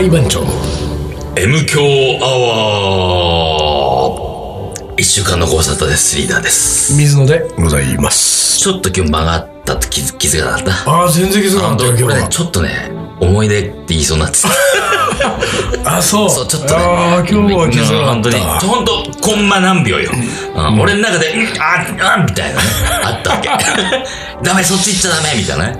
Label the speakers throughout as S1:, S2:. S1: 井番長
S2: M 強アワー一週間のご無沙汰です、リーダーです。
S1: 水野で
S3: ございます。
S2: ちょっと今日曲がったって気づ気づかなかった。
S1: ああ全然気づかなかったよ
S2: こ
S1: 今
S2: れ
S1: 日
S2: ね
S1: は、
S2: ちょっとね、思い出って言いそうになってた。
S1: あそう
S2: そう、ちょっとね。
S1: ああ今日は気づか
S2: 本当に、
S1: なかった
S2: 本当コンマ何秒よ。うん俺の中で、うんああみたいなね。あった わけ。ダメ、そっち行っちゃダメみたいなね。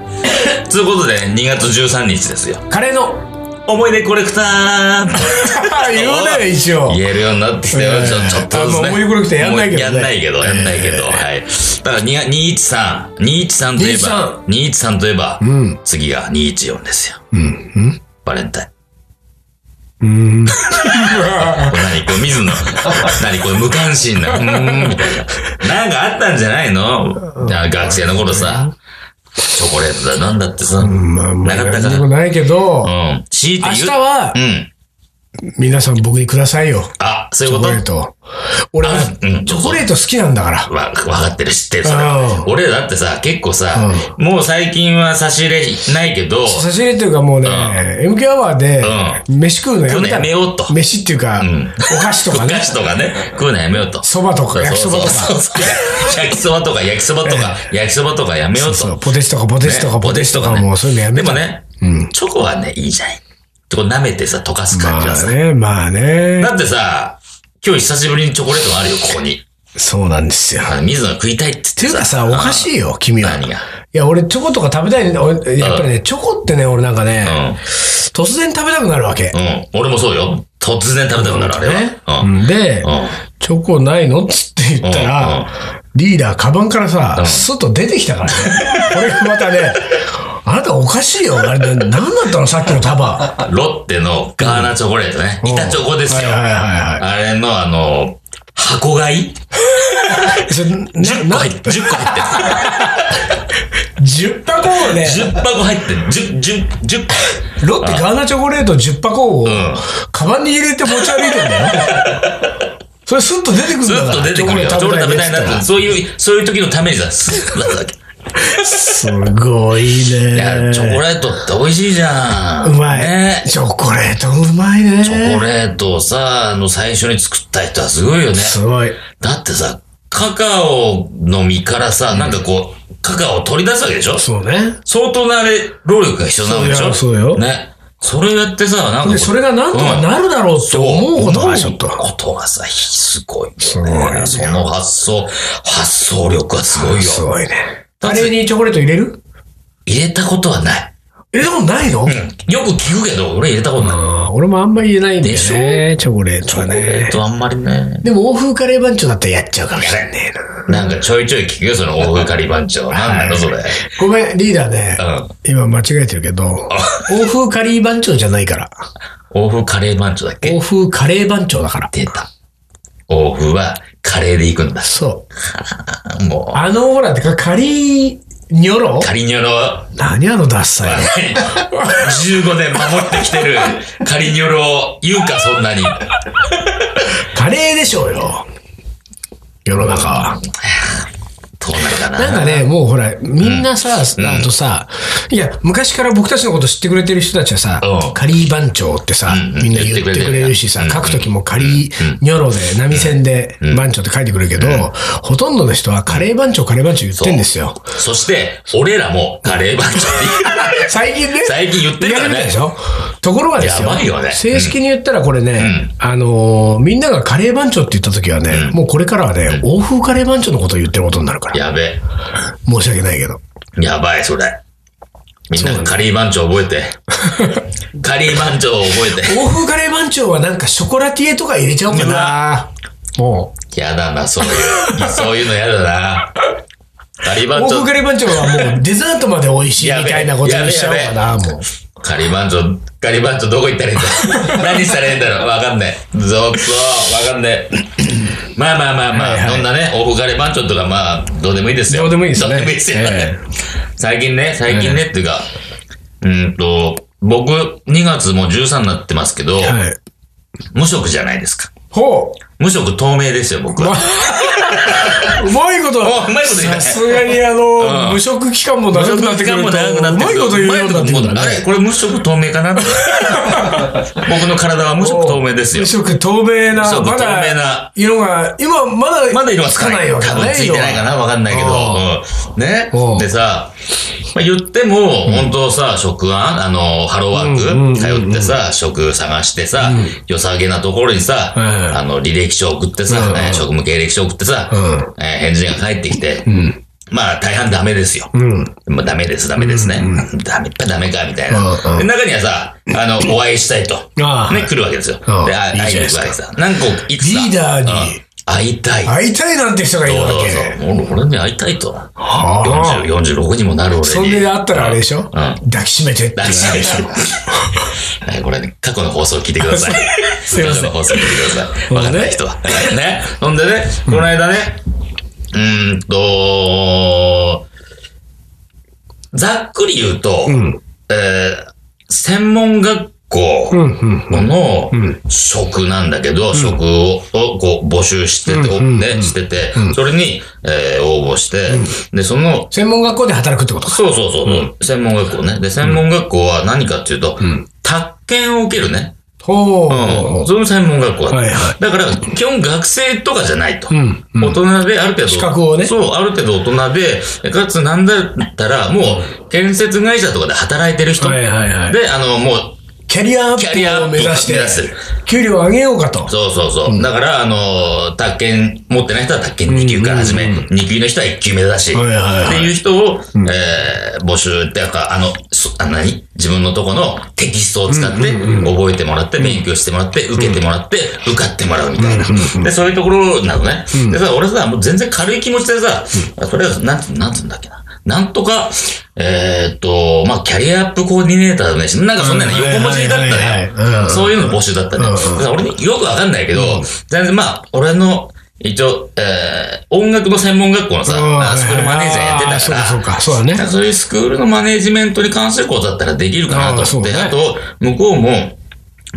S2: ということで、2月13日ですよ。
S1: カレーの
S2: 思い出コレクター
S1: 言うなよ一応
S2: 言えるようになってきたよ、
S1: ええ
S2: ちょちょっとずつ
S1: あ
S2: ね。
S1: の思い出コレクターやんないけどね
S2: もうやんないけど、やんないけど。はい。だから、に213、213といえば、213といえば、
S1: ん
S2: 次が214ですよ。バレンタイン。これ何これ水野。何これ無関心 な。うーん、みたいな。なんかあったんじゃないのじゃあ学生の頃さ、チョコレートだ、なんだってさ。
S1: まあまあ
S2: なかった
S1: やん
S2: から
S1: でもないけど
S2: うん。強いて
S1: 明
S2: 言う。
S1: 日は
S2: うん。
S1: 皆さん僕にくださいよ
S2: あ、そうい
S1: チ
S2: う
S1: ョ
S2: こ
S1: コ
S2: と
S1: レート俺
S2: あうん
S1: チョコレート好きなんだから
S2: わ、わかってる、知ってる、それは。
S1: うん
S2: 俺らだってさ、結構さ、もう最近は差し入れないけど、
S1: 差し入れっていうかもうね MQ アワーで飯食うのやめ
S2: 去年や
S1: た
S2: めようと
S1: 飯っていうか
S2: ん
S1: お菓子と
S2: お
S1: かね
S2: 菓子とかね、食うのやめようと。
S1: そばとか焼きそばと
S2: そ
S1: か
S2: うそう そう焼きそばとか、焼きそばとか、焼きそばとかやめよう
S1: そ
S2: と
S1: う。ポテチとかポテチとか
S2: ね
S1: ポテチとか
S2: ね
S1: もうそういうのやめ
S2: で
S1: た
S2: もね、チョコはね、いいじゃん。こう舐めてさ、溶かす感
S1: ま
S2: じが
S1: あ
S2: さ。
S1: ねまあね
S2: だってさ、今日久しぶりにチョコレートがあるよ、ここに。
S1: そうなんですよ
S2: あの水野が食いたいって言って
S1: ていうかさ、おかしいよ、君は。
S2: 何
S1: い
S2: が
S1: や、俺、チョコとか食べたいね。俺やっぱりね、チョコってね、俺なんかね、突然食べたくなるわけ。
S2: うん。俺もそうよ。突然食べたくなる、あれは。うん。
S1: うんで、
S2: うん
S1: チョコないのっつって言ったら、リーダー、カバンからさ、すっと出てきたからね。 これがまたね、あなたおかしいよ。あれ、な何だったのさっきの 束。
S2: ロッテのガーナチョコレートね。板チョコですよ。
S1: はいはいはい
S2: あれのあの、箱買い
S1: それな
S2: ?10 個
S1: な
S2: 入って、10個入っ
S1: 10箱をね、
S2: てる。10箱入 ってる。10、10、10個。
S1: ロッテガーナチョコレート10箱を、カバンに入れて持ち歩いてんだ よ。それスッと出てくるん
S2: ず
S1: だから
S2: っと出てくるよ。チョコレート食べたいなって。そういう、そういう時のためにさ、す っと出すだけ。い
S1: すごい
S2: や、
S1: ね。
S2: チョコレートって美味しいじゃ
S1: う
S2: ん。
S1: ま
S2: ね
S1: い。チョコレートうまいね。
S2: チョコレートをさ、あの、最初に作った人はすごいよね。
S1: すごい。
S2: だってさ、カカオの実からさ、なんかこう、カカオを取り出すわけでしょ
S1: そうね。
S2: 相当なあれ、労力が必要なわけでしょ
S1: そうよそうよ
S2: ね。それやってさ、なんかこう。
S1: で、それがなんとかなるだろうって
S2: うん
S1: 思うこと
S2: 思
S1: がちょっと。
S2: ことがさ、すごいよね。その発想、発想力がすごいよ。
S1: すごいね。
S2: だ
S1: カ
S2: って
S1: レーにチョコレート入れる
S2: 入れたことはない。
S1: 入れたことないの
S2: よく聞くけど、俺入れたことな
S1: あ
S2: い。
S1: ー俺もあんまり入れないんだよ
S2: でし
S1: ね。チョコレートは
S2: えっ
S1: ね。
S2: と、あんまりね。
S1: でも、欧風カレー番長だったらやっちゃうかもしれねえな。
S2: なんかちょいちょい聞くよ、その大掛かり番長。なんなの、それ。
S1: ごめん、リーダーね。
S2: うん。
S1: 今間違えてるけど、欧風カリー番長じゃないから。
S2: 欧風カレー番長だっけ
S1: 欧風カレー番長だから。
S2: 出た。欧風はカレーで行くんだ。
S1: そう。
S2: も
S1: あの、ほら、てか、カリーニョロ
S2: う。カリニョロ
S1: 何あのダッサいの。
S2: 15年守ってきてるカリニョロを言うか、そんなに。
S1: カレーでしょうよ。世の中は。
S2: どうなるかな。
S1: なんかね、もうほら、みんなさ、あとさ、いや、昔から僕たちのこと知ってくれてる人たちはさ
S2: う、ん
S1: カリー番長ってさ、
S2: うん
S1: みんな言ってくれるしさ、書くときもカリーニョロで、波線で番長って書いてくれるけど、ほとんどの人はカレー番長、カレー番長言ってんですよ。
S2: そして、俺らもカレー番長って言う
S1: 最近ね。
S2: 最近言ってるから
S1: 言われ
S2: ね
S1: でし。ょところがですよ
S2: やばいよね
S1: 正式に言ったらこれね、あのーみんながカレー番長って言った時はね、もうこれからはね、欧風カレー番長のことを言ってることになるから。
S2: やべ。
S1: 申し訳ないけど。
S2: やばい、それ。みんながカリー番長覚えて。カリー番長を 覚えて。
S1: 欧風カレー番長はなんかショコラティエとか入れちゃおうか
S2: う
S1: な。も
S2: やだな、そういう。そういうのやだな。カリー
S1: う。
S2: 番
S1: 欧風
S2: 長
S1: カ、レー番長はもうデザートまで美味しいみたいなことにしちゃおうかな、もう。
S2: カリー番長、カリー番長どこ行ったらいいん だ何したらいいんだろうわかんない。ぞっと、わかんない。まあまあまあまあ、
S1: はいはい
S2: そんなね、オフカレー番長とかまあ、どうでもいいですよ。
S1: どうでもいいですね
S2: どうでもいいですよね
S1: え
S2: 最近ね、最近ね、っていうか、うーんと、僕、2月もう13になってますけ
S1: は
S2: ど、
S1: い。
S2: 無職じゃないですか。
S1: ほう。
S2: 無職透明ですよ、僕は。
S1: うまいこと、
S2: おうまいこと言う
S1: さ
S2: ね
S1: すがにあの、
S2: うん
S1: 無職期間も
S2: 無
S1: 長く
S2: 職
S1: なって
S2: 時
S1: く
S2: 間
S1: ると、
S2: も長くな
S1: う
S2: って
S1: まいこと言うようになってく
S2: も
S1: る
S2: あれ
S1: ね。
S2: これ無色透明か な僕の体は無色透明ですよ
S1: 無。色透明な、
S2: 無色
S1: ま
S2: 透明
S1: だ
S2: な、
S1: 色が、今まだ、
S2: まだ色はつかない。
S1: わけ
S2: 多
S1: だね。
S2: 分ついてないかなわかんないけど。うんね
S1: うん。
S2: でさ、まあ、言っても、本当さ、職案、あの、ハローワ
S1: うんうんうんう
S2: ー
S1: ん
S2: ク通ってさ、職探してさ、良さげなところにさ、
S1: うん
S2: あの、履歴書送って
S1: うん
S2: さ
S1: うん、
S2: えー職務経歴書送ってさ
S1: うん、
S2: えー返事が返ってきて、まあ、大半ダメですよ。
S1: 色。うん。
S2: まあ、ダメです、ダメですね。ダメ、やっぱダメか、みたい
S1: うんう
S2: な。
S1: ん
S2: で中にはさ、あの、お会いしたいと。
S1: ああ
S2: ね、来るわけですよ。で、
S1: うん
S2: あ
S1: いい
S2: 会い
S1: じゃ
S2: に
S1: ないです
S2: 行く
S1: か
S2: わけさ。何個いつか。
S1: リーダーに
S2: うん会いたい。
S1: 会いたいなんて人がいるわ
S2: そう
S1: け。
S2: そうそう。俺に会いたいと。
S1: はあ
S2: 40 46にもなる俺に。
S1: そんであったらあれでしょ、
S2: うん
S1: 抱きしめてって言わ
S2: 抱きし
S1: れ
S2: め
S1: るでしょ
S2: てはい、これね、過去の放送を聞いてください。
S1: すいません
S2: 過去の放送を聞いてください。わかんない人は。ね。ほんでね、この間ね、うーんと、ざっくり言うと、
S1: ん
S2: えー専門学校、
S1: うんうん。
S2: の
S1: ん
S2: 職なんだけど、職ををこう募集してて、
S1: うんうん
S2: ね、してて、それに、えー応募して、で、その
S1: 専門学校で働くってことか。
S2: そうそうそう。専門学校ね。で、専門学校は何かっていうと、宅建を受けるね。
S1: ほう。
S2: うん。その専門学校だ。
S1: はいは
S2: だから、基本学生とかじゃないと。
S1: んう
S2: 大人で、ある程度。
S1: 資格をね
S2: そう、ある程度大人で、かつなんだったら、もう、建設会社とかで働いてる人。
S1: はいはいはい
S2: で、あの、もう、
S1: キャリアアッ
S2: キャリア
S1: プ
S2: ア
S1: を
S2: ップ
S1: 目指し
S2: 目指してて、
S1: 給料を上げようかと。
S2: そうそうそう。だから、あの、宅建、持ってない人は宅建2級から始め、2級の人は1級目指し、
S1: はいはいはい
S2: っていう人を、えー募集っていうか、あの、そあ何自分のとこのテキストを使って、覚えてもらって、勉強してもらって、受けてもらって、受かってもらうみたいな。で、そういうところなのね。でさ、俺さ、もう全然軽い気持ちでさ、それは、なんて、なんつうんだっけな。なんとか、えーっと、まあ、キャリアアップコーディネーターだね。なんかそんなの横文字だ
S1: は
S2: った
S1: いはいはいはい
S2: ね
S1: うん。
S2: そういうの募集だったね。
S1: うん
S2: だから俺によくわかんないけど、全然まあ、俺の、一応、えー、音楽の専門学校のさ、
S1: うん
S2: あスクールマネージャーやってた
S1: あーそうか
S2: か、
S1: らそうかそうだね
S2: だからそういうスクールのマネージメントに関することだったらできるかな
S1: あー
S2: と
S1: そう
S2: 思って、
S1: ね
S2: あ,、と、向こうも、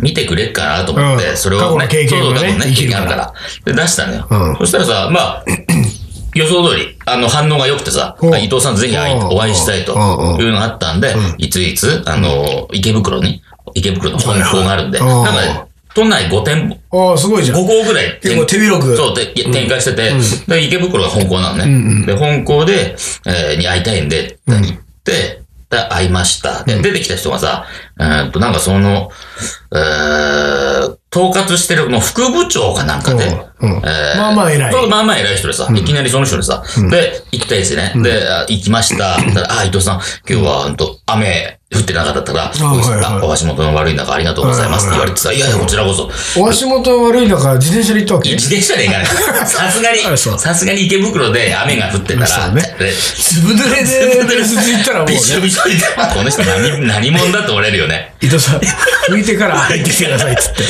S2: 見てくれっかなと思って、
S1: うん
S2: それを、
S1: 過去の経験をね
S2: そうそう過去の
S1: 生
S2: 経
S1: きる
S2: 験
S1: か
S2: あ
S1: ら
S2: るから。で、出したのよ。
S1: うん
S2: そしたらさ、まあ、 予想通り、あの、反応が良くてさ、
S1: うん
S2: 伊藤さんぜひ会い
S1: うん
S2: お会いしたいと
S1: うんうん
S2: いうのがあったんで、いついつ、あの、池袋に、池袋の本校があるんで、
S1: はいはい
S2: なんかね、都内5店舗、
S1: ああ、すごいじゃん。
S2: 5校ぐらい
S1: 結構手広く
S2: そう、て展開してて、で池袋が本校なのね。で、本校で、えーに会いたいんで、って言って、で会いました。で、出てきた人がさ、えーっと、なんかその、えー統括してる、もう副部長かなんかで、
S1: うんうん
S2: えー
S1: まあまあ偉い
S2: そうまあまあ偉い人でさ、いきなりその人にさ、で、行ったやつね。で、あ行き ました。だからあ、伊藤さん、今日は、ほんと、雨降ってなかったから、
S1: あはいはい
S2: お足元の悪い中ありがとうございますって言われてさ、いやいや、こちらこそ、
S1: お足元悪いだから自転車で行ったわ
S2: いや
S1: け
S2: 自転車で行かない。さすがに
S1: あそう、
S2: さすがに池袋で雨が降ってたら、
S1: そうね
S2: で
S1: ずぶ濡れでベースついたらもう ね
S2: び、しょびしょに、この人何、何者だって折れるよね。
S1: 伊藤さん、拭いて から入ってきてくださいっつって。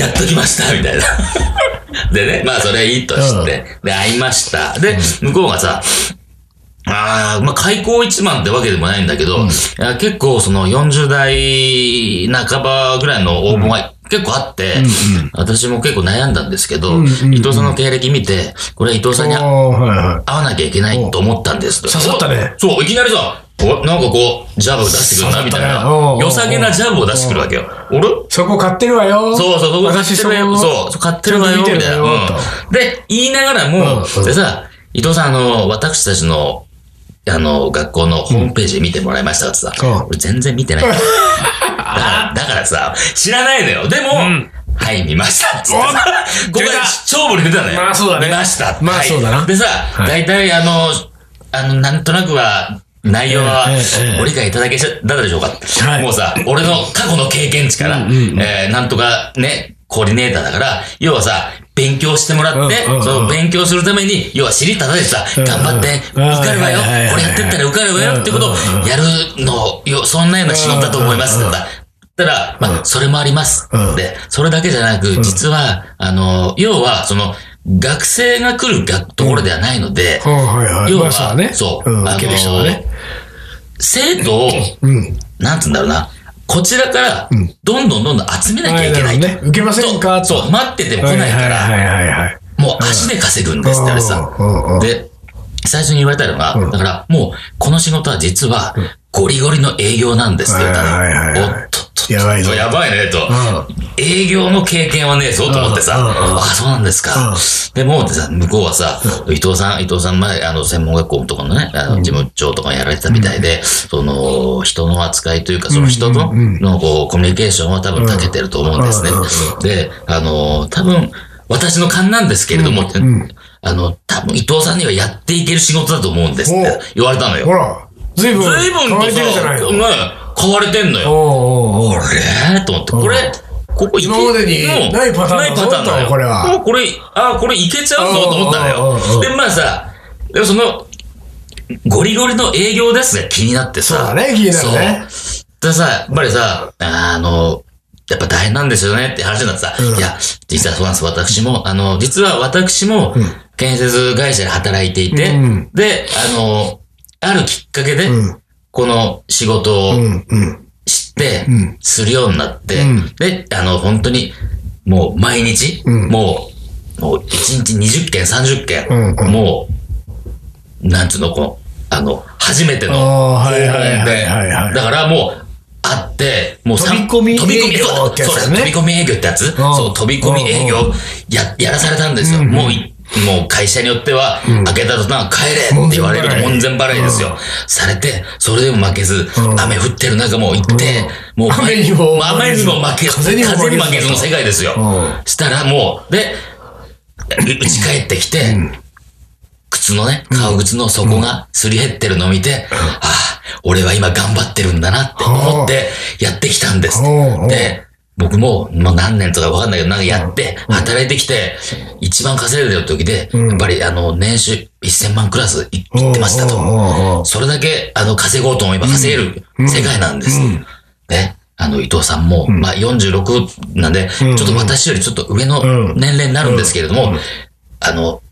S2: やっときました、みたいな。でね、まあそれいいとして、で、会いました。で、向こうがさ、ああ、まあ、開口一番ってわけでもないんだけど、いや結構その40代半ばぐらいの応募が結構あって、私も結構悩んだんですけど、
S1: んうんうん
S2: 伊藤さんの経歴見て、これは伊藤さんに
S1: ああ、はいはい。
S2: 会わなきゃいけないと思ったんです。
S1: 刺さったね
S2: そう、いきなりさ、おなんかこう、ジャブを出してくるな、みたい
S1: 刺さっ
S2: な
S1: たねおうおうお。う
S2: 良さげなジャブを出してくるわけよ。俺
S1: そこ買ってるわよ。
S2: そうそう、そこ買ってるわよ。
S1: 私
S2: そう、そう買ってるわよ、み
S1: ち
S2: た
S1: ゃん
S2: い
S1: と見て
S2: な。
S1: る
S2: う
S1: わよ
S2: ん
S1: と
S2: で、言いながら
S1: うん
S2: も
S1: うん、
S2: でさ、伊藤さん、あの、私たちの、あの、学校のホームページ見てもらいましたってさ
S1: うん、
S2: 俺全然 見てない。だから、だからさ、知らないのよ。でも、はい、見ましたっつってさ。ここで
S1: 出た
S2: 勝負に出たのよ。
S1: まあそうだね
S2: 見ましたって。
S1: まあ
S2: はい
S1: そうだな
S2: でさ、
S1: い
S2: 大体あの、あの、なんとなくは、内容は
S1: ええええ
S2: ご理解いただけちゃったでしょうか、
S1: はい
S2: もうさ、俺の過去の経験値から、えーなんとかね、コーディネーターだから、要はさ、勉強してもらって、
S1: うんうんうん
S2: その勉強するために、要は尻叩いてさ、
S1: うんうん
S2: 頑張って、受かるわよ、
S1: はいはいはいはい
S2: これやってったら受かるわよってことをやるのを、よそんなような仕事だと思いますってさ。たら、まあ、それもあります。
S1: うん
S2: で、それだけじゃなく、実は、あの、要は、その、学生が来るがところではないので、
S1: うんはいはい。
S2: 要
S1: まあ
S2: は、
S1: ね。
S2: そう、
S1: ん
S2: あの
S1: 受ける人はね。
S2: 生徒を、
S1: うん。
S2: なんつうんだろうな、こちらから、どんどんどんどん集めなきゃいけない
S1: は
S2: と。
S1: いなるほどね受けませんか
S2: そう、そう待ってても来ないか
S1: はい
S2: ら、
S1: はいはいはいはい。
S2: もう足で稼ぐんですってあれさ
S1: うんうんうん。
S2: で、最初に言われたのが、だからもう、この仕事は実は、ゴリゴリの営業なんですって言った
S1: はいはいはい
S2: ら、お
S1: はい
S2: っとっとっと、
S1: やばいぞ
S2: やばいね、と。営業の経験はねえぞと思ってさ、
S1: うんうん
S2: あ、そうなんです
S1: うん
S2: か。でもうさ、向こうはさ、伊藤さん、伊藤さん前、あの、専門学校のとこのね、あの事務長とかやられてたみたいで、その、人の扱いというか、その人との、こう、コミュニケーションは多分長けてると思うんですね
S1: うんうんう。
S2: で、あの、多分、私の勘なんですけれども、あの、多分伊藤さんにはやっていける仕事だと思うんですって言われたの
S1: ほ
S2: よ。
S1: ら、ずいぶん
S2: 随分
S1: 変わ
S2: と
S1: れてるじゃ
S2: さ、
S1: ないの。
S2: ね買われてんのよ。
S1: おうおうおう
S2: えーと思って、これ、ここいけ
S1: 今までにないパターンだ
S2: ないパターンだよ。
S1: これは
S2: おこれ、あーこれいけちゃうぞと思った
S1: うんうんうんうん
S2: のよ。で、まあさ、でもその、ゴリゴリの営業ですが気になってさ。
S1: そうだね気になるね
S2: そう。でさ、やっぱりさ、あの、やっぱ大変なんですよねって話になってさ、いや、実はそうなんです、私も、あの、実は私も、建設会社で働いていて、
S1: うん
S2: で、あの、あるきっかけで、
S1: うん
S2: この仕事を、
S1: うんうん。
S2: 知って
S1: ん、
S2: するようになって、
S1: うん
S2: で、あの、本当に、もう毎日、
S1: うん
S2: もう、もう1日20件、30件、
S1: うんうん
S2: もう、なんつうの、この、あの、初めての
S1: あーはい
S2: 訪問
S1: はいはいはいはい
S2: だからもう、あって、もうさん
S1: 飛び込み
S2: 飛び込み
S1: 営業
S2: そう
S1: ってやつだね
S2: そう飛び込み営業ってやつそう、飛び込み営業、や、やらされたんですよ。もうい、もう会社によっては、開けた途端、帰れって言われると門前払いですよ。されて、それでも負けず、
S1: ん
S2: 雨降ってる中もう行って、もう、
S1: 雨にも
S2: 雨にも負けず、
S1: 風にも負けず
S2: 風に負けずの世界ですよ
S1: うん。
S2: したらもう、で、うち帰ってきて、靴のね、革靴の底がすり減ってるのを見て、ああ、俺は今頑張ってるんだなって思ってやってきたんです
S1: はあ。
S2: で、僕も、もう何年とかわかんないけど、なんかやって、働いてきて、一番稼いでる時で、やっぱりあの、年収1000万クラスいいってました
S1: おうおうおうお
S2: と。
S1: う
S2: それだけ、あの、稼ごうと思えば稼げる世界なんです。ね。あの、伊藤さんも、まあ46なんで、ちょっと私よりちょっと上の
S1: うん
S2: 年齢になるんですけれども、あの、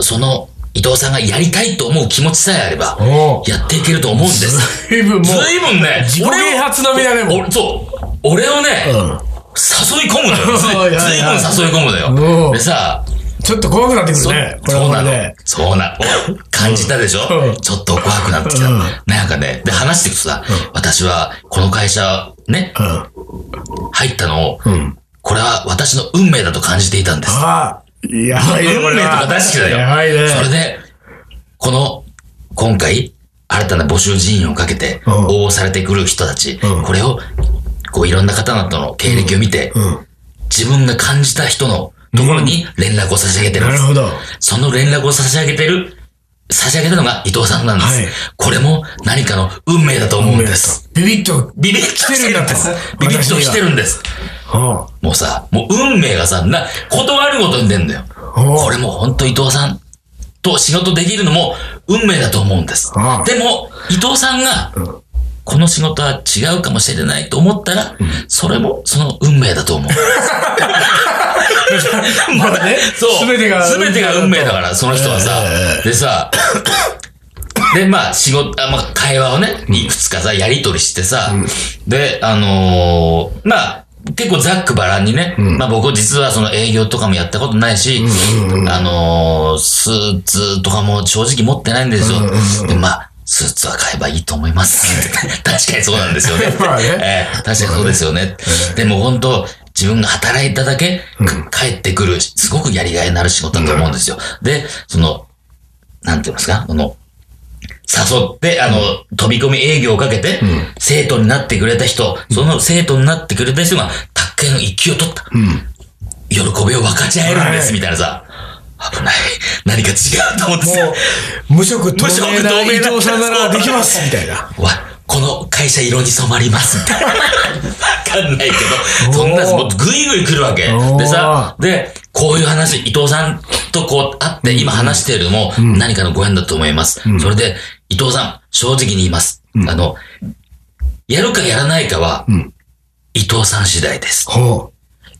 S2: その伊藤さんがやりたいと思う気持ちさえあれば、
S1: おう
S2: やっていけると思うんです。
S1: ずいぶんもう、
S2: 随分ね、
S1: 自己啓発並みだね
S2: 俺を
S1: もう
S2: おそう。俺をね、
S1: うん
S2: 誘い込むのよ。ず
S1: はいはい
S2: 随分誘い込むの
S1: う
S2: よ。
S1: ん
S2: でさ、
S1: ちょっと怖くなってくる
S2: そう
S1: ね。これ
S2: そう
S1: は
S2: なの
S1: ね。。
S2: そうなの。感じたでしょ
S1: うん
S2: ちょっと怖くなってきた
S1: うん。
S2: なんかね、で、話していくとさ、私は、この会社、ね、
S1: うん。あ
S2: 入ったのを、これは私の運命だと感じていたんです。
S1: あ、やばいね、こ
S2: 運
S1: れ
S2: 命と
S1: は
S2: か大好きだよ。
S1: やばいね。
S2: それで、この、今回、新たな募集人員をかけて、
S1: うん
S2: 応募されてくる人たち、
S1: うん
S2: これを、こういろんな方々の経歴を見て、
S1: うん。
S2: 自分が感じた人のところに連絡を差し上げてるん
S1: な
S2: で
S1: る
S2: す。
S1: ほど。
S2: その連絡を差し上げてる、差し上げたのが伊藤さんなんです。
S1: はい
S2: これも何かの運命だと思うんです。
S1: ビビッと。
S2: ビビッとしてるんです。ビビッとしてるんです。
S1: うん
S2: もうさ、もう運命がさ、な、断ることに出んだよ。
S1: おう
S2: これもうほんと伊藤さんと仕事できるのも運命だと思うんです
S1: ああ。
S2: でも、伊藤さんが、この仕事は違うかもしれないと思ったら、それもその運命だと思う。まだ
S1: ね
S2: そう。
S1: 全てが運命だと
S2: 全てが運命だから、その人はさ。でさ、で、まあ、仕事、あまあ、会話をね、いくつかさ、やりとりしてさ、で、あのーまあ、結構ざっくばらんにね、まあ僕実はその営業とかもやったことないし、あのースーツとかも正直持ってないんですよ。で、まあ、スーツは買えばいいと思います。 確かにそうなんですよね。
S1: まあね
S2: ええ確かにそうですよね。でも本当、自分が働いただけ、帰ってくる、すごくやりがいのある仕事だと思うんですよ。で、その、なんて言いますか、この、誘って、あの、飛び込み営業をかけて、生徒になってくれた人、その生徒になってくれた人が、卓球の一級を取った。喜びを分かち合えるんです、
S1: はい
S2: みたいなさ。危ない。何か違うと思ってさ。
S1: もう、無色透明な
S2: 無色透明
S1: 伊
S2: な
S1: 藤さんならできます、みたいな。
S2: わ、この会社色に染まりますみたいな。わかんないけど、そんな、もうぐいぐい来るわけ。
S1: おー
S2: でさ、で、こういう話、伊藤さんとこう会って、今話してるのも何かのご縁だと思います。それで、伊藤さん、正直に言います。あの、やるかやらないかは、伊藤さん次第です。
S1: ほう。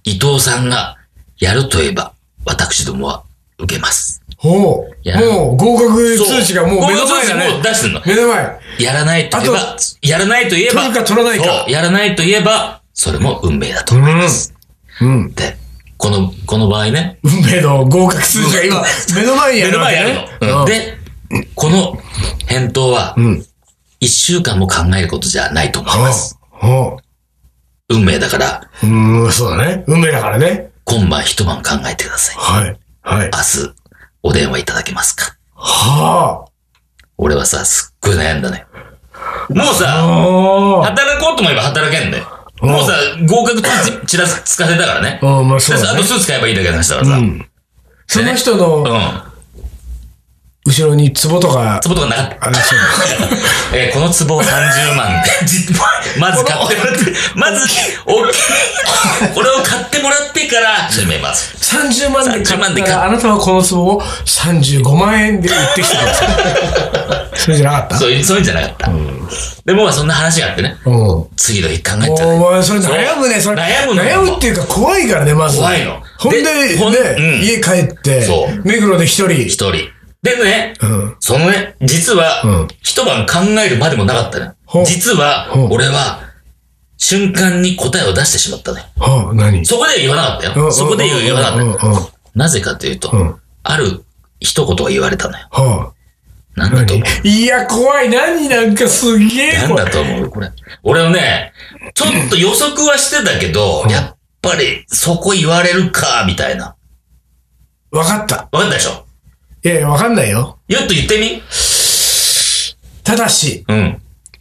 S2: 伊藤さんがやると言えば、私どもは受けます。
S1: ほ
S2: いや
S1: う。もう、合格
S2: そう
S1: 通知がもう目の前だ
S2: 合格通知もう
S1: ね。
S2: 出してんの。
S1: 目の前。
S2: やらないと言え
S1: あ
S2: ば、やらないと言えば、
S1: 取るか取らないか
S2: そうやらないと言えば、それも運命だと
S1: う
S2: 思
S1: ん。
S2: って、この、この場合ね。
S1: 運命の合格数字が今、目の前にあ
S2: 目
S1: る
S2: の
S1: わけ
S2: 前にある
S1: ね。う
S2: の。うんん、で、この返答は、一週間も考えることじゃないと思います。
S1: うん
S2: 運命だから、
S1: うん、うん、そうだね。運命だからね。
S2: 今晩一晩考えてください。
S1: はい。はい。
S2: 明日、お電話いただけますか
S1: は
S2: 俺はさ、すっごい悩んだね。もう
S1: あ。
S2: さ、
S1: あ
S2: 働こうと思えば働けんだよ。
S1: うん
S2: もうさ、合格ちちらつかせたからね。
S1: あ。うん、まあそう
S2: で
S1: だ
S2: あと
S1: ね。
S2: スーツ買えばいいだけの話だからさ。
S1: う
S2: うん。
S1: ん。その人の後ろに壺とか、
S2: 壺とかなかった。
S1: あれそうだ。
S2: えーこの壺を30万 で、じまず買ってもらって、まず、おこれを買ってもらってから始めます。
S1: 30万で買
S2: 30万
S1: っ
S2: で
S1: た
S2: 買っ
S1: ら、あなたはこの壺を35万円で売ってきてくださ い。それじゃなかっ
S2: そういう、そういうんじゃなかった。でも、そんな話があってね、
S1: たうん。も
S2: 次の日考えちゃ
S1: う、
S2: う。
S1: お前、それ悩むね、それ。
S2: 悩むの
S1: 悩むっていうか、怖いからね、まず。
S2: 怖いの
S1: ほんで、ね
S2: でほんうん、
S1: 家帰って
S2: そう、
S1: 目黒で一
S2: 一
S1: 人。
S2: 人。でね、
S1: うん。
S2: そのね、実
S1: うん
S2: は、一晩考えるまでもなかったね
S1: ほう。
S2: 実は
S1: ほう、
S2: 俺は、瞬間に答えを出してしまったね。
S1: はあ、何
S2: そこでは言わなかった
S1: う
S2: よ。
S1: ん
S2: そこで言う言わなかった
S1: うん
S2: よ。
S1: うんうん
S2: なぜかというと
S1: うん、
S2: ある一言が言われたのよ。
S1: はあ。
S2: なんだと
S1: 何
S2: 思う
S1: いや、怖い。何なんかすげえ
S2: なん
S1: 怖い
S2: だ。と思うこれ。俺はね、ちょっと予測はしてたけど、やっぱりそこ言われるか、みたいな。
S1: わかった。
S2: わかったでしょ
S1: いやいや、わかんないよ。
S2: よっと言ってみ
S1: ただし、
S2: うん。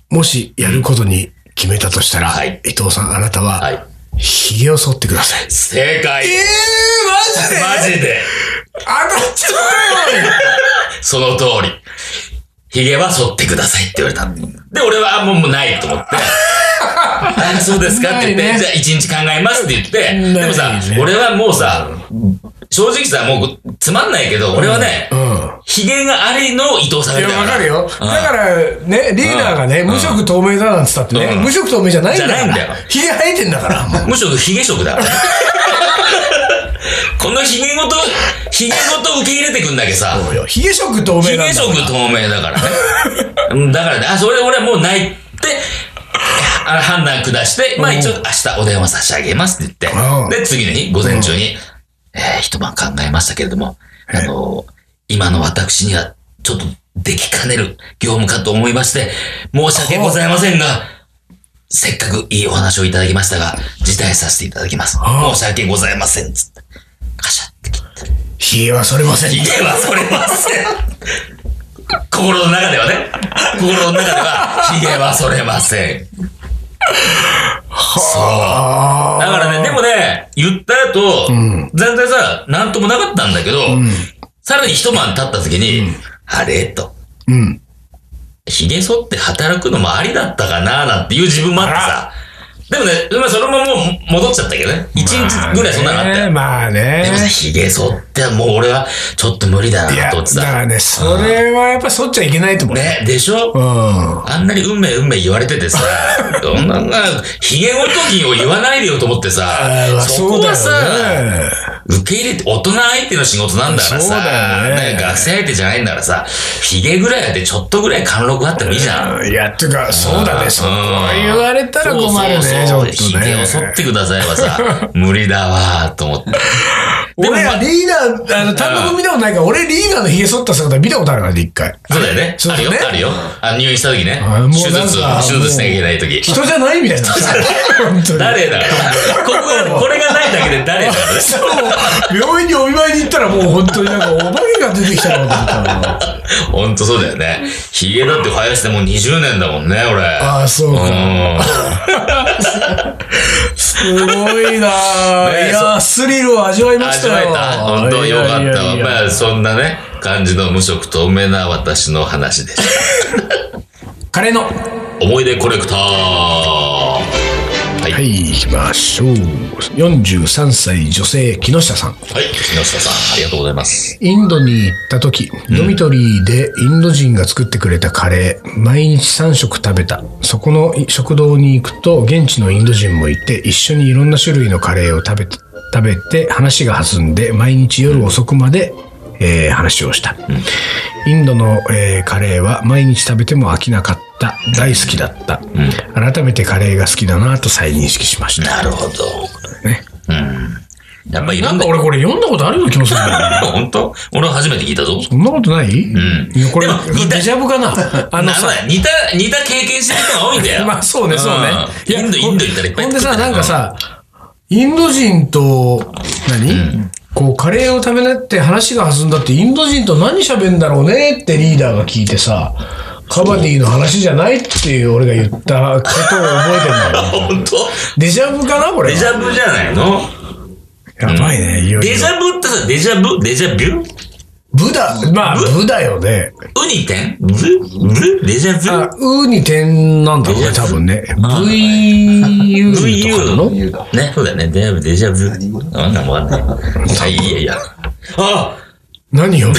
S1: もしやることに決めたとしたら、
S2: はい
S1: 伊藤さん、あなた
S2: は
S1: は、
S2: い。
S1: 髭を剃ってください。
S2: 正解
S1: ええー、マジで
S2: マジで
S1: 当たっちゃったよ
S2: その通り。髭は剃ってくださいって言われたので、俺はあもうもうないと 思って。あそうですかって言って、
S1: ないね
S2: じゃあ一日考えますって言って、でもさ、
S1: ないね
S2: 俺はもうさ、正直さ、もうつまんないけど、俺はね、
S1: う
S2: 髭がありの伊藤さん
S1: ん。い
S2: みた
S1: や、
S2: いな
S1: わかるよ。だから、ね、リーダーがね、
S2: うん
S1: 無色透明だなんつったってね、
S2: うん
S1: 無色透明じゃないんだか
S2: じゃないんだ
S1: ら
S2: よ。
S1: 髭生えてんだから、もう。
S2: むしろ髭色だ。この髭ごと、髭ごと受け入れてくんだけさ、
S1: そうよ髭色透明なんだ
S2: 髭
S1: から。
S2: 色透明だからね。うんだからね、あ、それ俺はもうないって、あ判断下して、まあ一応明日お電話差し上げますって
S1: う
S2: 言
S1: ん
S2: って、で、次の日、午前中に、えー一晩考えましたけれども、あの、今の私にはちょっとできかねる業務かと思いまして、申し訳ございませんが、せっかくいいお話をいただきましたが、辞退させていただきます。
S1: あ
S2: 申し訳ございません。つって。カシャって切って。
S1: 髭は剃れません。
S2: 髭はそれません。心の中ではね。心の中では、髭はそれません。そう。
S1: あ
S2: だからね、でもね、言った後、
S1: ん
S2: 全然さ、なんともなかったんだけど、さらに一晩経った時に、あれと。
S1: ーうん。
S2: 髭剃って働くのもありだったかななんていう自分もあってさ。でもね、まあそれももう戻っちゃったけどね。一日ぐらいそんなのあったよ。
S1: まあ
S2: でもさ、
S1: ね。
S2: 髭剃ってもう俺はちょっと無理だ
S1: いや、
S2: なと思
S1: だ
S2: って
S1: か
S2: さ。
S1: らね、それはやっぱ剃っちゃいけないと思う。
S2: ね、でしょ
S1: うん。
S2: あんなに運命運命言われて てさ、そんな、髭ごときを言わないでよと思ってさ
S1: ああ、
S2: そこは
S1: そうだよね
S2: さ、受け入れて、大人相手の仕事なんだから
S1: そうだ
S2: さ、
S1: よね
S2: ね学生相手じゃないんだからさ、髭ぐらいあってちょっとぐらい貫禄あってもいいじゃん。
S1: いや、っていうか、そうだね、そう言われたら困るね、
S2: そうそうそう
S1: ちょっとね。
S2: 髭を剃ってくださいはさ、 無理だわーと思って。でも
S1: 俺は
S2: まあ
S1: リーダー、あの、単独見たことないから、俺リーダーの髭剃った姿見たことあるからね、一回。
S2: そうだよ ね。
S1: そう
S2: あ
S1: だ
S2: る
S1: よ
S2: よ
S1: ね。
S2: あるよ。あ入院した時ね
S1: あ。もう
S2: 手術
S1: なん
S2: を、
S1: か
S2: 手術しなきゃいけない時。
S1: 人じゃないみたいな。本当に。
S2: 誰だから。ここが、これがないだけで誰だからね。
S1: そう病院にお見舞いに行ったらもう本当になんかお化けが出てきたのかと思ったの
S2: ほんとそうだよね。ヒゲだって生やしてもう20年だもんね、俺。
S1: ああそうか
S2: うん。
S1: すごいなぁ。
S2: ね
S1: い
S2: え
S1: やースリルを味わいまし
S2: 味
S1: た
S2: わえ
S1: よ。
S2: た本当よかったわ。
S1: いやいやいや
S2: まあ、そんなね、感じの無色透明な私の話でした。
S1: カレーの。
S2: 思い出コレクター。はい。は。
S1: はいい、行きましょう。43歳女性、木下さん。
S2: 木下さん、ありがとうございます。
S1: インドに行った時、ドミトリーでインド人が作ってくれたカレー、毎日3食食べた。そこの食堂に行くと、現地のインド人もいて、一緒にいろんな種類のカレーを食べて、食べて話が弾んで、毎日夜遅くまで、えー話をした。インドの、えーカレーは毎日食べても飽きなかった。大好きだった。改めてカレーが好きだなと再認識しました。
S2: なるほど。
S1: ね。
S2: うん。やっぱいろ
S1: なんん
S2: な
S1: か、俺これ読んだことあるような気もするんだよね
S2: 本当俺は初めて聞いたぞ。
S1: そんなことない
S2: ん
S1: いや、これ
S2: でも、似た
S1: デジャブかなあの
S2: なん
S1: さ、
S2: だ似た、似た経験してる人が多いんだ よ。
S1: まあそうね、そうね。
S2: うんインド、インド行ったらいっぱい
S1: ほん
S2: 食
S1: で
S2: ってた
S1: さ、
S2: よ
S1: なんか、さ、インド人と、何、こう、カレーを食べなって話が弾んだって、インド人と何喋んだろうねってリーダーが聞いてさ、カバディの話じゃないっていう俺が言ったことを覚えてるんだ よね。
S2: うん本当
S1: デジャブかなこれ
S2: デジ
S1: は。
S2: ャブじゃないの
S1: やばいね、いよい
S2: デ
S1: よ
S2: ジ。ャブってさ、デジャブデジャビュ
S1: ブだ、まあ、ブだよね。
S2: ウニテンブブデジャ
S1: あ
S2: ブ、
S1: うに点なんだろうね、多分ね。VU とかなの
S2: ?VU ね、そうだよね。デジャブ、デジャブ。なんかわかんない。いやいやいや。あ
S1: 何よ。うん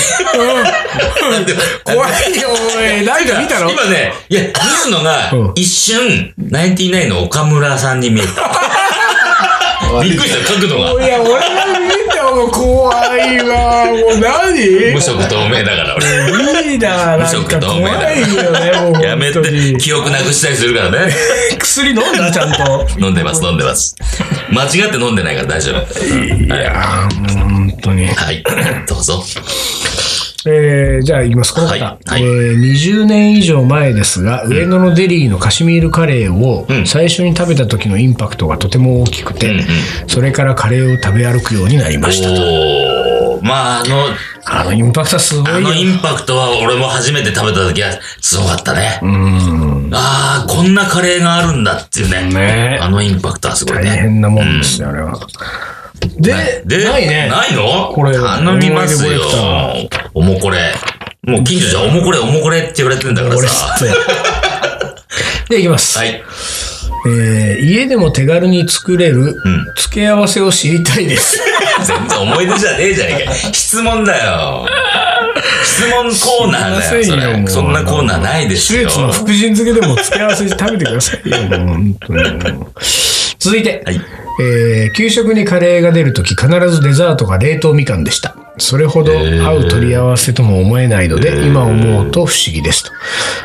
S2: なんで
S1: 怖いよ、 おい。誰か見たの
S2: 今ね、いや、水野が
S1: うん
S2: 一瞬、ナインティナインの岡村さんに 見えた。びっくりした、角度が。
S1: いや、俺が見たも怖いわ。もう何
S2: 無色透明だから、俺。
S1: リーダーなんか怖いよね、もう本当に。
S2: やめて、記憶なくしたりするか らね。
S1: 薬飲んだ、ちゃんと。
S2: 飲んでます、飲んでます。間違って飲んでないから大丈夫。は
S1: あーもう本当に。
S2: い。はい。どうぞ。
S1: えー、じゃあ言います、この方。
S2: はいはい
S1: えー、20年以上前ですが、上野のデリーのカシミールカレーを
S2: うん
S1: 最初に食べた時のインパクトがとても大きくて、
S2: うんうん
S1: それからカレーを食べ歩くようになりました。
S2: おー。まあ、あの、
S1: あのインパクトはすご
S2: あ
S1: いよ
S2: の。インパクトは俺も初めて食べた時はすごかったね。ああ、こんなカレーがあるんだっていうね。
S1: ね
S2: あのインパクトはすごい
S1: 大
S2: ね。
S1: 変なもんですよ、あれは。で、
S2: で、
S1: ないね。
S2: ないの
S1: これ
S2: 頼みますよ
S1: 思い出コレクタ。
S2: おもこれ。もう近所じゃおもこれおもこれって言われてんだから
S1: 俺知
S2: さ。
S1: って。で、いきます。
S2: はい。
S1: えー家でも手軽に作れる
S2: ん、
S1: 付け合わせを知りたいです。
S2: 全然思い出じゃねえじゃねえか。質問だよ。質問コーナーだよ、
S1: 知
S2: そ
S1: りませんよも
S2: れ。
S1: う
S2: そんなコーナーないです
S1: シュ
S2: よ。
S1: ーツの福神漬けでも付け合わせ食べてくださいよ、もう本当にもう続いて、
S2: はい
S1: えー給食にカレーが出るとき必ずデザートが冷凍みかんでした。それほど合う取り合わせとも思えないので、今思うと不思議ですと。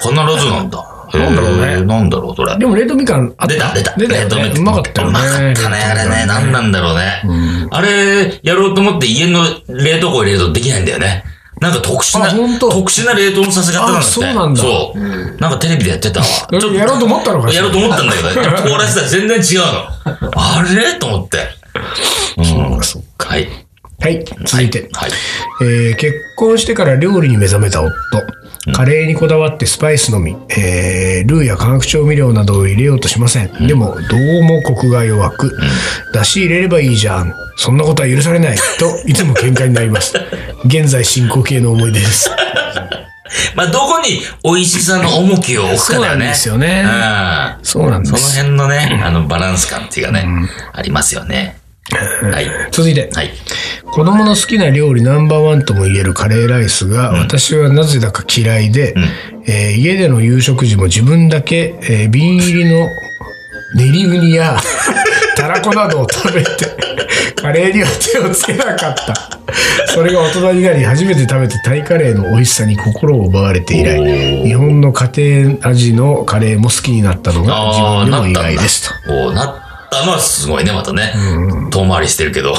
S2: 必ずなんだ。なんだろうね。なんだろう、それ。
S1: でも冷凍みかんあった
S2: 出た、出た。
S1: 出た
S2: 冷凍
S1: よ
S2: 麺
S1: ね。うまかったよ
S2: う
S1: ね
S2: ま。かったね、あれね。何なんだろうね。あれ、やろうと思って家の冷凍庫入れるとできないんだよね。なんか特殊な、
S1: あほんと
S2: 特殊な冷凍のさせ方なんだっ
S1: あ
S2: て。
S1: そうなんだ
S2: そうなんかテレビでやってたわ。
S1: ややろうと思ったのかしら
S2: やろうと思ったんだけ ど、でも凍らせたら全然違うの。あれと思って。うん。はい。
S1: はい、続いて。
S2: はい。
S1: えー結婚してから料理に目覚めた夫。カレーにこだわってスパイスのみ、えールーや化学調味料などを入れようとしません。でも、どうもコクが弱く、出汁入れればいいじゃん。そんなことは許されない。と、いつも喧嘩になり ます。現在進行形の思い出です。
S2: まあ、どこに美味しさの重きを置くかだ
S1: そうな
S2: よね。
S1: んですよね
S2: うん。
S1: そうなん
S2: そ
S1: で
S2: の
S1: す。
S2: 辺のね、あの、バランス感っていうかね、ありますよね。はい。
S1: 続いて、
S2: はい。
S1: 子供の好きな料理ナンバーワンとも言えるカレーライスが、私はなぜだか嫌いで、えー家での夕食時も自分だけ、えー瓶入りの練りウニ やたらこなどを食べて、カレーには手をつけなかった。それが大人になり初めて食べたタイカレーの美味しさに心を奪われて以来、日本の家庭味のカレーも好きになったのが自
S2: あ
S1: 分
S2: あ、
S1: で
S2: な
S1: も
S2: っ
S1: 意
S2: たん
S1: 外
S2: だ
S1: ですと。。
S2: おーなったのはすごいね、またね。遠回りしてるけど。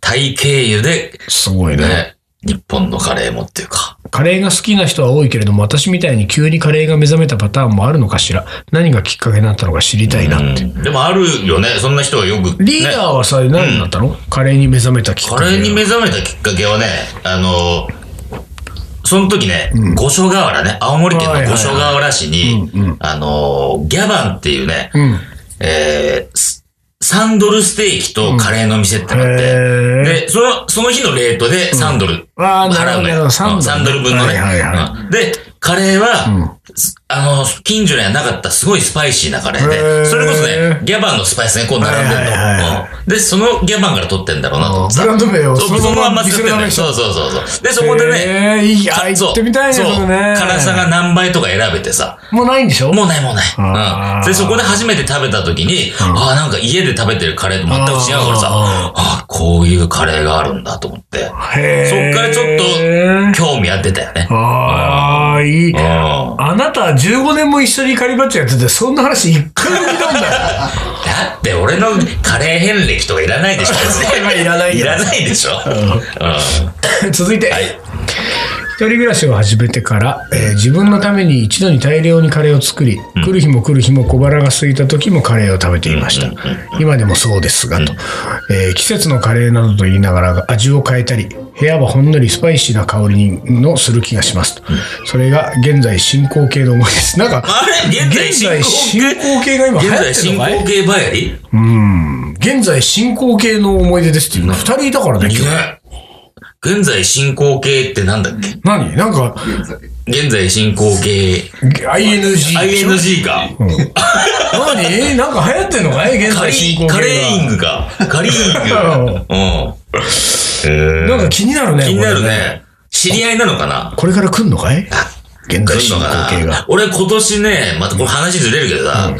S2: タイ経由で、
S1: すごいね。
S2: ね、日本のカレーもっていうか。
S1: カレーが好きな人は多いけれども、私みたいに急にカレーが目覚めたパターンもあるのかしら。何がきっかけになったのか知りたいなって。
S2: でもあるよね、そんな人はよく。
S1: リー
S2: ね
S1: ダーはさ、何だったの、カレーに目覚めたきっか
S2: カ
S1: け。
S2: レーに目覚めたきっかけはね、あの、その時ね、五所川原ね、青森県の五所川原市に、あの、ギャバンっていうね、
S1: ん
S2: えース3ドルステーキとカレーの店ってなって、
S1: へー
S2: で、その、その日のレートで3ドル
S1: んあーなる
S2: 払
S1: ほど
S2: うの
S1: なる
S2: よ。
S1: ほど
S2: うん
S1: 3ドル
S2: 3ドル分の
S1: は
S2: ね。
S1: いはいは
S2: うんで、カレーは、すあの、近所にはなかったすごいスパイシーなカレー
S1: へ
S2: で、
S1: ー
S2: それこそね、ギャバンのスパイスね、こう並んでる
S1: は
S2: の。
S1: いはいはいは
S2: うんで、そのギャバンから取ってんだろうなと思って
S1: ブランド名を
S2: そうそのまんま作ってんだよ
S1: 店
S2: そ
S1: の
S2: うそうそうそう。で、そこで
S1: へ
S2: ね、
S1: ーいや、
S2: か
S1: 行
S2: そう
S1: ってみたいね、
S2: そう
S1: それね。
S2: 辛さが何倍とか選べてさ。
S1: もうないんでしょ
S2: もうないもうな
S1: あ
S2: い。うん。
S1: ー
S2: で、そこで初めて食べた時に、ああ、なんか家で食べてるカレーと全く違うからさ、あ
S1: あ
S2: あー、こういうカレーがあるんだと思って。そっ
S1: へー
S2: からちょっと興味あってたよね。
S1: あわいい。
S2: うん。
S1: あなた15年も一緒にカリバッチョやってて、そんな話一回も聞いたんだよ。
S2: だって俺のカレー遍歴とかいらないでしょ、別
S1: ま あいらない
S2: に。い
S1: よ
S2: らないでしょ。う
S1: 続いて。
S2: い
S1: 一人暮らしを始めてから、えー自分のために一度に大量にカレーを作り、来る日も来る日も小腹が空いた時もカレーを食べていました。今でもそうですが、と、えー季節のカレーなどと言いながら味を変えたり、部屋はほんのりスパイシーな香りのする気がしますと。それが現在進行形の思いです。なんか、
S2: あれ現在進行形
S1: 現在進行形が今
S2: ん。
S1: 流行
S2: 現在
S1: ってる
S2: 進
S1: のかい
S2: 行形ばやり
S1: うん。現在進行形の思い出ですっていう。二人いたからね、今日。
S2: ね現在進行形ってなんだっけ
S1: 何なんか、
S2: 現在進行形。
S1: ING。
S2: ING か。
S1: 何なんか流行ってんのかい現
S2: カ
S1: 在
S2: リ
S1: 進行
S2: ー、
S1: 形が
S2: カレーイングか。カリ ーイング。うん。えー
S1: なんか気になるね。
S2: 気になる
S1: これ。
S2: ね。知り合いなのかな
S1: これから来んのかい現在
S2: 来る
S1: 進
S2: の
S1: 行
S2: か
S1: 形
S2: な
S1: が。
S2: 俺今年ね、またこれ話ずれるけどさ、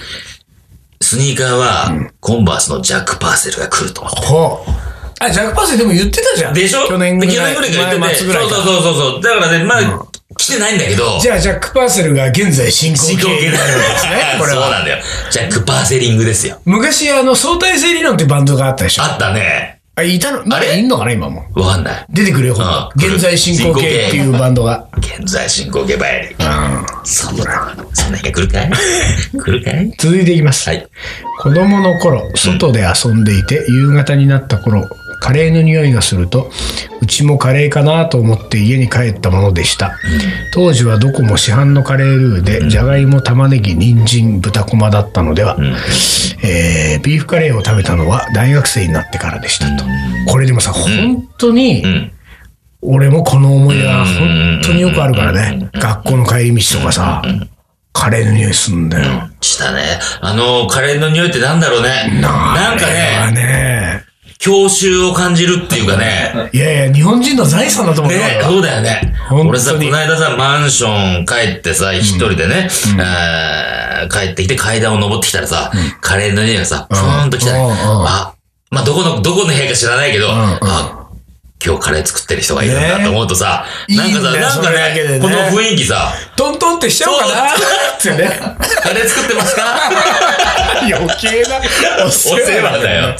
S2: スニーカーは、コンバースのジャック・パーセルが来ると思う。
S1: ほう。あ、ジャックパーセルでも言ってたじゃん。
S2: でしょ
S1: 去年ぐらい。
S2: 去年ぐらいから言
S1: 前
S2: って
S1: 末
S2: て。
S1: ぐらい
S2: そう
S1: か
S2: そうそうそう。だからね、まだ来てないんだけど、
S1: じゃあ、ジャックパーセルが現在進行
S2: 進行
S1: 形
S2: 形
S1: に
S2: に
S1: な
S2: な
S1: る
S2: る
S1: ん
S2: ん
S1: で
S2: ですす
S1: ね
S2: ね。。
S1: これ
S2: そう
S1: は。
S2: なんだよ。ジャック・パーセリングですよ。
S1: 昔、あの、相対性理論ってバンドがあったでしょ。
S2: あったね。
S1: あ、いたの、まだいんのかな、今も。
S2: わかんない。
S1: 出てくるよ、今
S2: あ
S1: 度現在進行形っていうバンドが。
S2: 現在進行形ばやり。
S1: うん
S2: そんな、そんな日が来る かい来るかい
S1: 続いていきます。
S2: はい。
S1: 子供の頃、外で遊んでいて、夕方になった頃、カレーの匂いがすると、うちもカレーかなと思って家に帰ったものでした。当時はどこも市販のカレールーで、じゃがいも、玉ねぎ、人参、豚こまだったのでは、えービーフカレーを食べたのは大学生になってからでしたと。これでもさ、本当
S2: う
S1: に、
S2: ん。
S1: 俺もこの思い出は
S2: う
S1: 本
S2: ん
S1: 当によくあるからね。学校の帰り道とかさ、カレーの匂いすんだよ。
S2: したね。あの、カレーの匂いってなんだろうね。なんか
S1: あれは
S2: ね、
S1: ね
S2: 郷愁を感じるっていうかね。
S1: いやいや、日本人の財産だと思うよ。
S2: ね、そうだよね
S1: 本当。に
S2: 俺さ、この間さ、マンション帰ってさ、一人でね、えー帰ってきて階段を登ってきたらさ、カレーの匂いがさ、ふーんと来たね。
S1: うんうん
S2: あ、まあ、どこの、どこの部屋か知らないけど、
S1: んうん
S2: あ、今日カレー作ってる人がいるんだ
S1: ね
S2: と思うとさ、
S1: いいんだ
S2: なん
S1: よ
S2: かさ、なんか
S1: それだけでね
S2: ね、この雰囲気さ、
S1: トントンってしちゃおうかな ってね。
S2: カレー作ってますか
S1: 余計な お
S2: お世
S1: 世
S2: 話
S1: 話
S2: だ
S1: だよ。
S2: よ。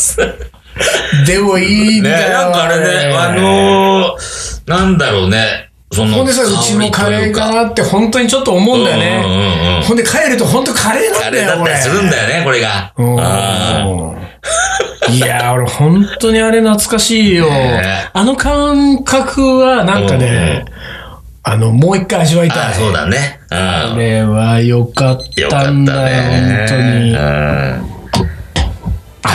S1: でもいいん
S2: ね、
S1: だよ。
S2: なんかあれね、あのー、なんだろうね、その、
S1: ほんでさ、うちもカレーかなって本当にちょっと思うんだよ
S2: うん
S1: ね。
S2: うんうんうん。
S1: ほんで帰ると本当カレーな
S2: あ
S1: んだ
S2: れ
S1: よ、
S2: だっ
S1: こ
S2: た
S1: れ
S2: り。するんだよね、これが。
S1: うん
S2: あ
S1: いやー、俺本当にあれ懐かしいよ。
S2: ね
S1: あの感覚はなんかね、あの、もう一回味わい
S2: ーあ
S1: た
S2: ー、
S1: い。
S2: そうだね。
S1: あ
S2: う
S1: れは良かっ
S2: ん。よかったたね
S1: ん。だよ、本当に
S2: うん。。は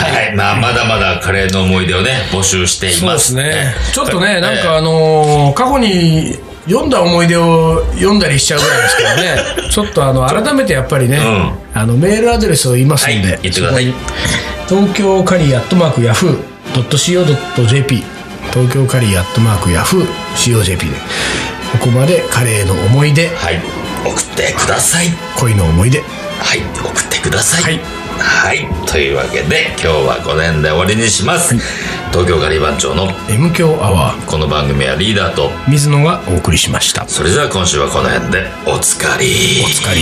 S2: いはい。まあ、まだまだカレーの思い出をね、募集してい
S1: そう
S2: ま。
S1: ですすね。ちょっと
S2: え
S1: ね、
S2: え
S1: なんかあのー過去に読んだ思い出を読んだりしちゃうぐらいですけどね、ちょっとあの、改めてやっぱりね、あの、メールアドレスを言いますんで、
S2: はい言ってください
S1: そこに東京カリーアットマークヤフー .co.jp、東京カリーアットマークヤフー .co.jp で、ここまでカレーの思い出、
S2: はい。送ってください。
S1: 恋の思い出、
S2: はい。送ってくださ
S1: はい
S2: い。はい。というわけで、今日はこの辺で終わりにします。東京ガリバン長の
S1: M 強アワー、
S2: この番組はリーダーと、
S1: 水野がお送りしました。
S2: それじゃあ今週はこの辺でおつかり。
S1: お疲れ。